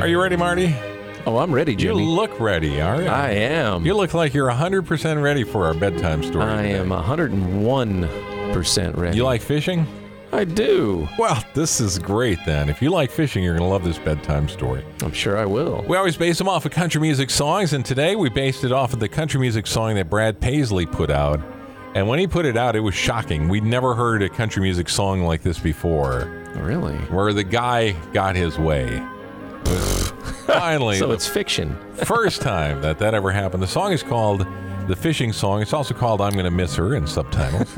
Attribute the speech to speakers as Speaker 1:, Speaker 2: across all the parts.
Speaker 1: Are you ready, Marty?
Speaker 2: Oh, I'm ready,
Speaker 1: You
Speaker 2: Jimmy.
Speaker 1: look ready, all right.
Speaker 2: I am.
Speaker 1: You look like you're 100% ready for our bedtime story.
Speaker 2: I
Speaker 1: today.
Speaker 2: am 101% ready.
Speaker 1: You like fishing?
Speaker 2: I do.
Speaker 1: Well, this is great then. If you like fishing, you're going to love this bedtime story.
Speaker 2: I'm sure I will.
Speaker 1: We always base them off of country music songs, and today we based it off of the country music song that Brad Paisley put out. And when he put it out, it was shocking. We'd never heard a country music song like this before,
Speaker 2: Really?
Speaker 1: where the guy got his way. It was Finally,
Speaker 2: So
Speaker 1: the
Speaker 2: it's fiction.
Speaker 1: first time that that ever happened. The song is called The Fishing Song. It's also called I'm Going to Miss Her in subtitles.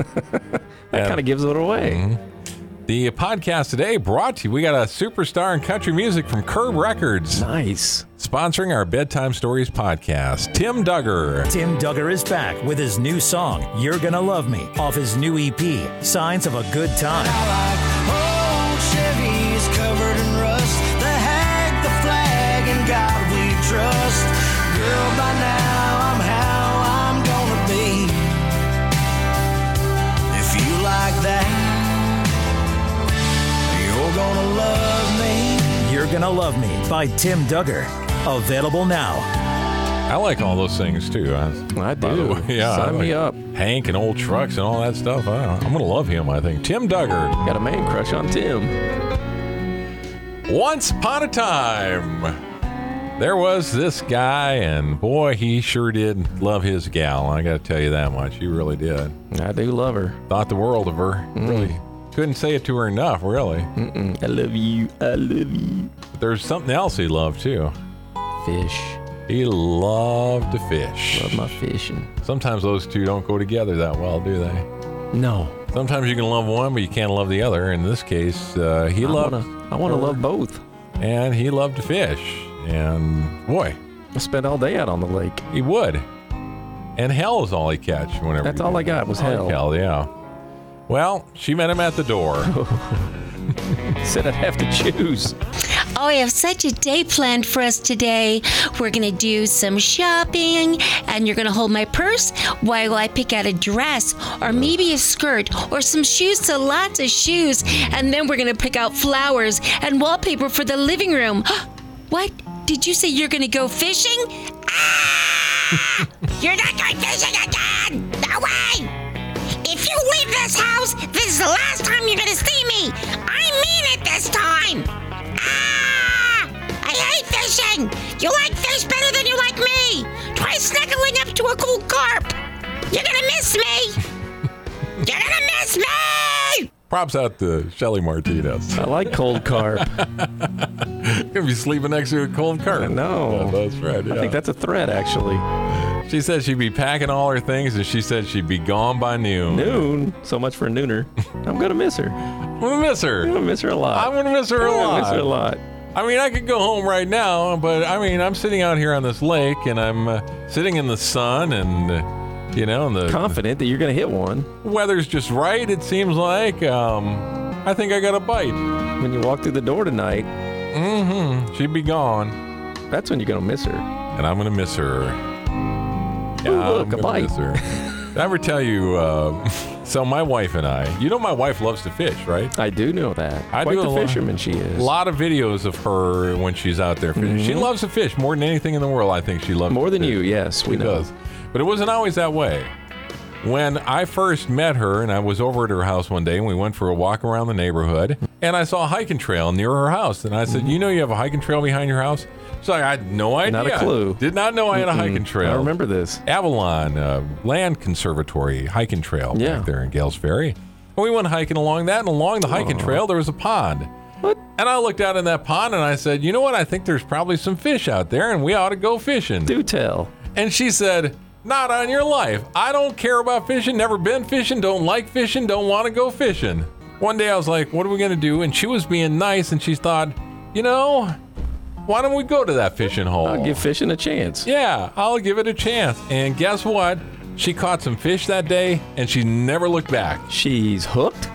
Speaker 2: That kind of gives it away.
Speaker 1: Mm-hmm. the podcast today brought to you, we got a superstar in country music from Curb Records,
Speaker 2: Nice.
Speaker 1: sponsoring our Bedtime Stories podcast, Tim Duggar.
Speaker 3: Tim Duggar is back with his new song, You're Gonna Love Me, off his new EP, Signs of a Good Time.
Speaker 4: like old Chevys covered in rust. The hag, the flag, and God we trust. Girl, by now I'm how I'm gonna be. If you like that, you're gonna love me.
Speaker 3: You're Gonna Love Me by Tim Duggar. Available now.
Speaker 1: I like all those things too. I,
Speaker 2: I
Speaker 1: by the
Speaker 2: do.
Speaker 1: way, yeah,
Speaker 2: Sign
Speaker 1: I like
Speaker 2: me up.
Speaker 1: Hank and old trucks and all that stuff. I, I'm gonna love him. I think Tim Duggar.
Speaker 2: Got a man crush on Tim.
Speaker 1: Once upon a time, there was this guy, and boy, he sure did love his gal. I got to tell you that much. He really did.
Speaker 2: I do love her.
Speaker 1: Thought the world of her.
Speaker 2: Mm.
Speaker 1: Really couldn't say it to her enough. Really.
Speaker 2: I love you. I love you.
Speaker 1: But there's something else he loved too.
Speaker 2: Fish.
Speaker 1: He loved to fish.
Speaker 2: Love my fishing.
Speaker 1: Sometimes those two don't go together that well, do they?
Speaker 2: No.
Speaker 1: Sometimes you can love one, but you can't love the other. In this case, uh, he
Speaker 2: I
Speaker 1: loved,
Speaker 2: wanna, I wanna love both.
Speaker 1: and he loved to fish, and boy,
Speaker 2: I spent all day out on the lake.
Speaker 1: he would. And hell is all he catch whenever.
Speaker 2: That's
Speaker 1: he-
Speaker 2: all I got was
Speaker 1: All he
Speaker 2: hell.
Speaker 1: Hell, yeah. Well, she met him at the door.
Speaker 2: Said I'd have to choose.
Speaker 5: Oh, I have such a day planned for us today. We're going to do some shopping, and you're going to hold my purse while I pick out a dress or maybe a skirt or some shoes. So, lots of shoes. And then we're going to pick out flowers and wallpaper for the living room. what? Did you say you're going to go fishing? Ah! you're not going fishing again! No way! If you leave this house, this is the last time you're gonna see me. I mean it this time. Ah! I hate fishing. You like fish better than you like me. Try snuggling up to a cool carp. You're gonna miss me. You're gonna miss me.
Speaker 1: Props out to Shelly Martinez.
Speaker 2: I like cold carp.
Speaker 1: Gonna be sleeping next to a cold current.
Speaker 2: No.
Speaker 1: that's right.
Speaker 2: I think
Speaker 1: yeah.
Speaker 2: that's a threat, actually.
Speaker 1: she said she'd be packing all her things, and she said she'd be gone by noon.
Speaker 2: Noon. So much for nooner. I'm gonna miss her.
Speaker 1: I'm gonna miss
Speaker 2: I'm
Speaker 1: her.
Speaker 2: gonna miss her a lot.
Speaker 1: I'm gonna miss her a
Speaker 2: I'm gonna
Speaker 1: lot.
Speaker 2: miss her a lot.
Speaker 1: I mean, I could go home right now, but I mean, I'm sitting out here on this lake and I'm uh, sitting in the sun and, uh, you know, and the
Speaker 2: Confident that you're gonna hit one
Speaker 1: weather's just right, it seems like. Um, I think I got a bite.
Speaker 2: when you walk through the door tonight.
Speaker 1: Mm-hmm. She'd be gone,
Speaker 2: That's when you're gonna miss her.
Speaker 1: and I'm going to miss her. Yeah, I'm
Speaker 2: look, a
Speaker 1: gonna
Speaker 2: bite.
Speaker 1: miss her. Um, Did I ever tell you, uh, so my wife and I, you know, my wife loves to fish, right?
Speaker 2: I do know that.
Speaker 1: I
Speaker 2: Quite
Speaker 1: do a
Speaker 2: the
Speaker 1: lot-
Speaker 2: fisherman she is. Mm-hmm.
Speaker 1: A lot of videos of her when she's out there fishing. She loves to fish more than anything in the world. I think she loves
Speaker 2: More
Speaker 1: to
Speaker 2: than
Speaker 1: fish.
Speaker 2: you, yes, we
Speaker 1: She
Speaker 2: know.
Speaker 1: does. But it wasn't always that way. When I first met her, and I was over at her house one day, and we went for a walk around the neighborhood, and I saw a hiking trail near her house. And I said, You know, you have a hiking trail behind your house? She's like, I had no idea.
Speaker 2: Mm-hmm. Not a clue.
Speaker 1: Did not know I had a hiking
Speaker 2: Mm,
Speaker 1: trail.
Speaker 2: I remember this.
Speaker 1: Avalon uh, Land Conservatory hiking trail
Speaker 2: Yeah.
Speaker 1: back there in Gales Ferry. And we went hiking along that, and along the hiking trail, there was a pond.
Speaker 2: What?
Speaker 1: And I looked out in that pond and I said, You know what? I think there's probably some fish out there, and we ought to go fishing.
Speaker 2: Do tell.
Speaker 1: And she said, Not on your life. I don't care about fishing, never been fishing, don't like fishing, don't want to go fishing. One day I was like, What are we going to do? And she was being nice and she thought, You know, why don't we go to that fishing hole?
Speaker 2: I'll give fishing a chance.
Speaker 1: yeah, I'll give it a chance. And guess what? She caught some fish that day and she never looked back.
Speaker 2: She's hooked.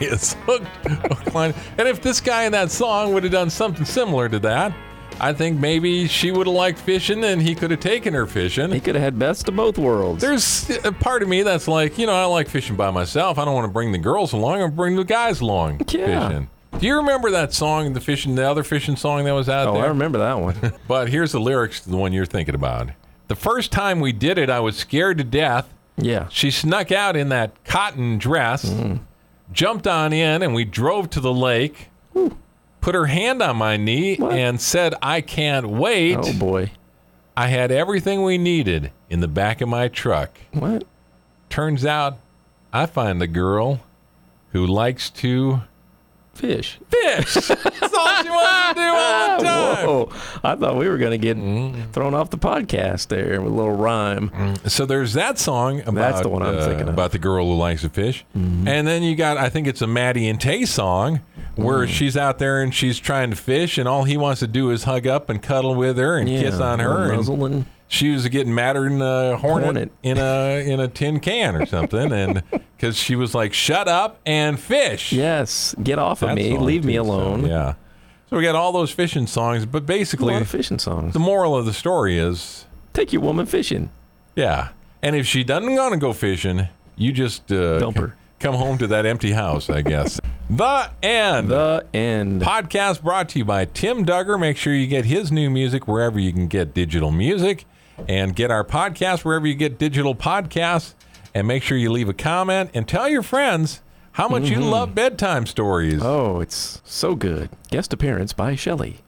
Speaker 1: It's hooked. hook, line. and if this guy in that song would have done something similar to that, I think maybe she would have liked fishing and he could have taken her fishing.
Speaker 2: He could have had best of both worlds.
Speaker 1: There's a part of me that's like, you know, I like fishing by myself. I don't want to bring the girls along. I bring the guys along
Speaker 2: Yeah.
Speaker 1: fishing. Do you remember that song, the fishing, the other fishing song that was out
Speaker 2: Oh,
Speaker 1: there?
Speaker 2: I remember that one.
Speaker 1: But here's the lyrics to the one you're thinking about. The first time we did it, I was scared to death.
Speaker 2: Yeah.
Speaker 1: She snuck out in that cotton dress,
Speaker 2: Mm.
Speaker 1: jumped on in, and we drove to the lake. Put her hand on my knee
Speaker 2: What?
Speaker 1: and said, I can't wait.
Speaker 2: Oh boy.
Speaker 1: I had everything we needed in the back of my truck.
Speaker 2: What?
Speaker 1: Turns out I find the girl who likes to
Speaker 2: Fish.
Speaker 1: fish. That's all she wants to do all the time.
Speaker 2: Whoa. I thought we were going to get thrown off the podcast there with a little rhyme.
Speaker 1: So there's that song about uh,
Speaker 2: That's the one I'm thinking of. Mm-hmm.
Speaker 1: about the girl who likes to fish, and then you got I think it's a Maddie and Tay song where
Speaker 2: Mm-hmm.
Speaker 1: she's out there and she's trying to fish, and all he wants to do is hug up and cuddle with her and kiss
Speaker 2: Yeah,
Speaker 1: on
Speaker 2: little
Speaker 1: her. And
Speaker 2: Muzzle and
Speaker 1: she was getting madder than a hornet,
Speaker 2: Hornet.
Speaker 1: in a in a tin can or something, and because she was like, "Shut up and fish."
Speaker 2: yes, get off of
Speaker 1: That
Speaker 2: me.
Speaker 1: song,
Speaker 2: Leave me
Speaker 1: too, so,
Speaker 2: alone.
Speaker 1: yeah. So we got all those fishing songs, but
Speaker 2: A lot
Speaker 1: basically,
Speaker 2: of fishing songs.
Speaker 1: the moral of the story is
Speaker 2: Take your woman fishing.
Speaker 1: Yeah. And if she doesn't want to go fishing, you just uh,
Speaker 2: Dump her.
Speaker 1: c- come home to that empty house, I guess. the end.
Speaker 2: The end.
Speaker 1: Podcast brought to you by Tim Duggar. Make sure you get his new music wherever you can get digital music and get our podcast wherever you get digital podcasts. And make sure you leave a comment and tell your friends
Speaker 2: Mm-hmm.
Speaker 1: how much you love bedtime stories.
Speaker 2: Oh, it's so good. Guest appearance by Shelley.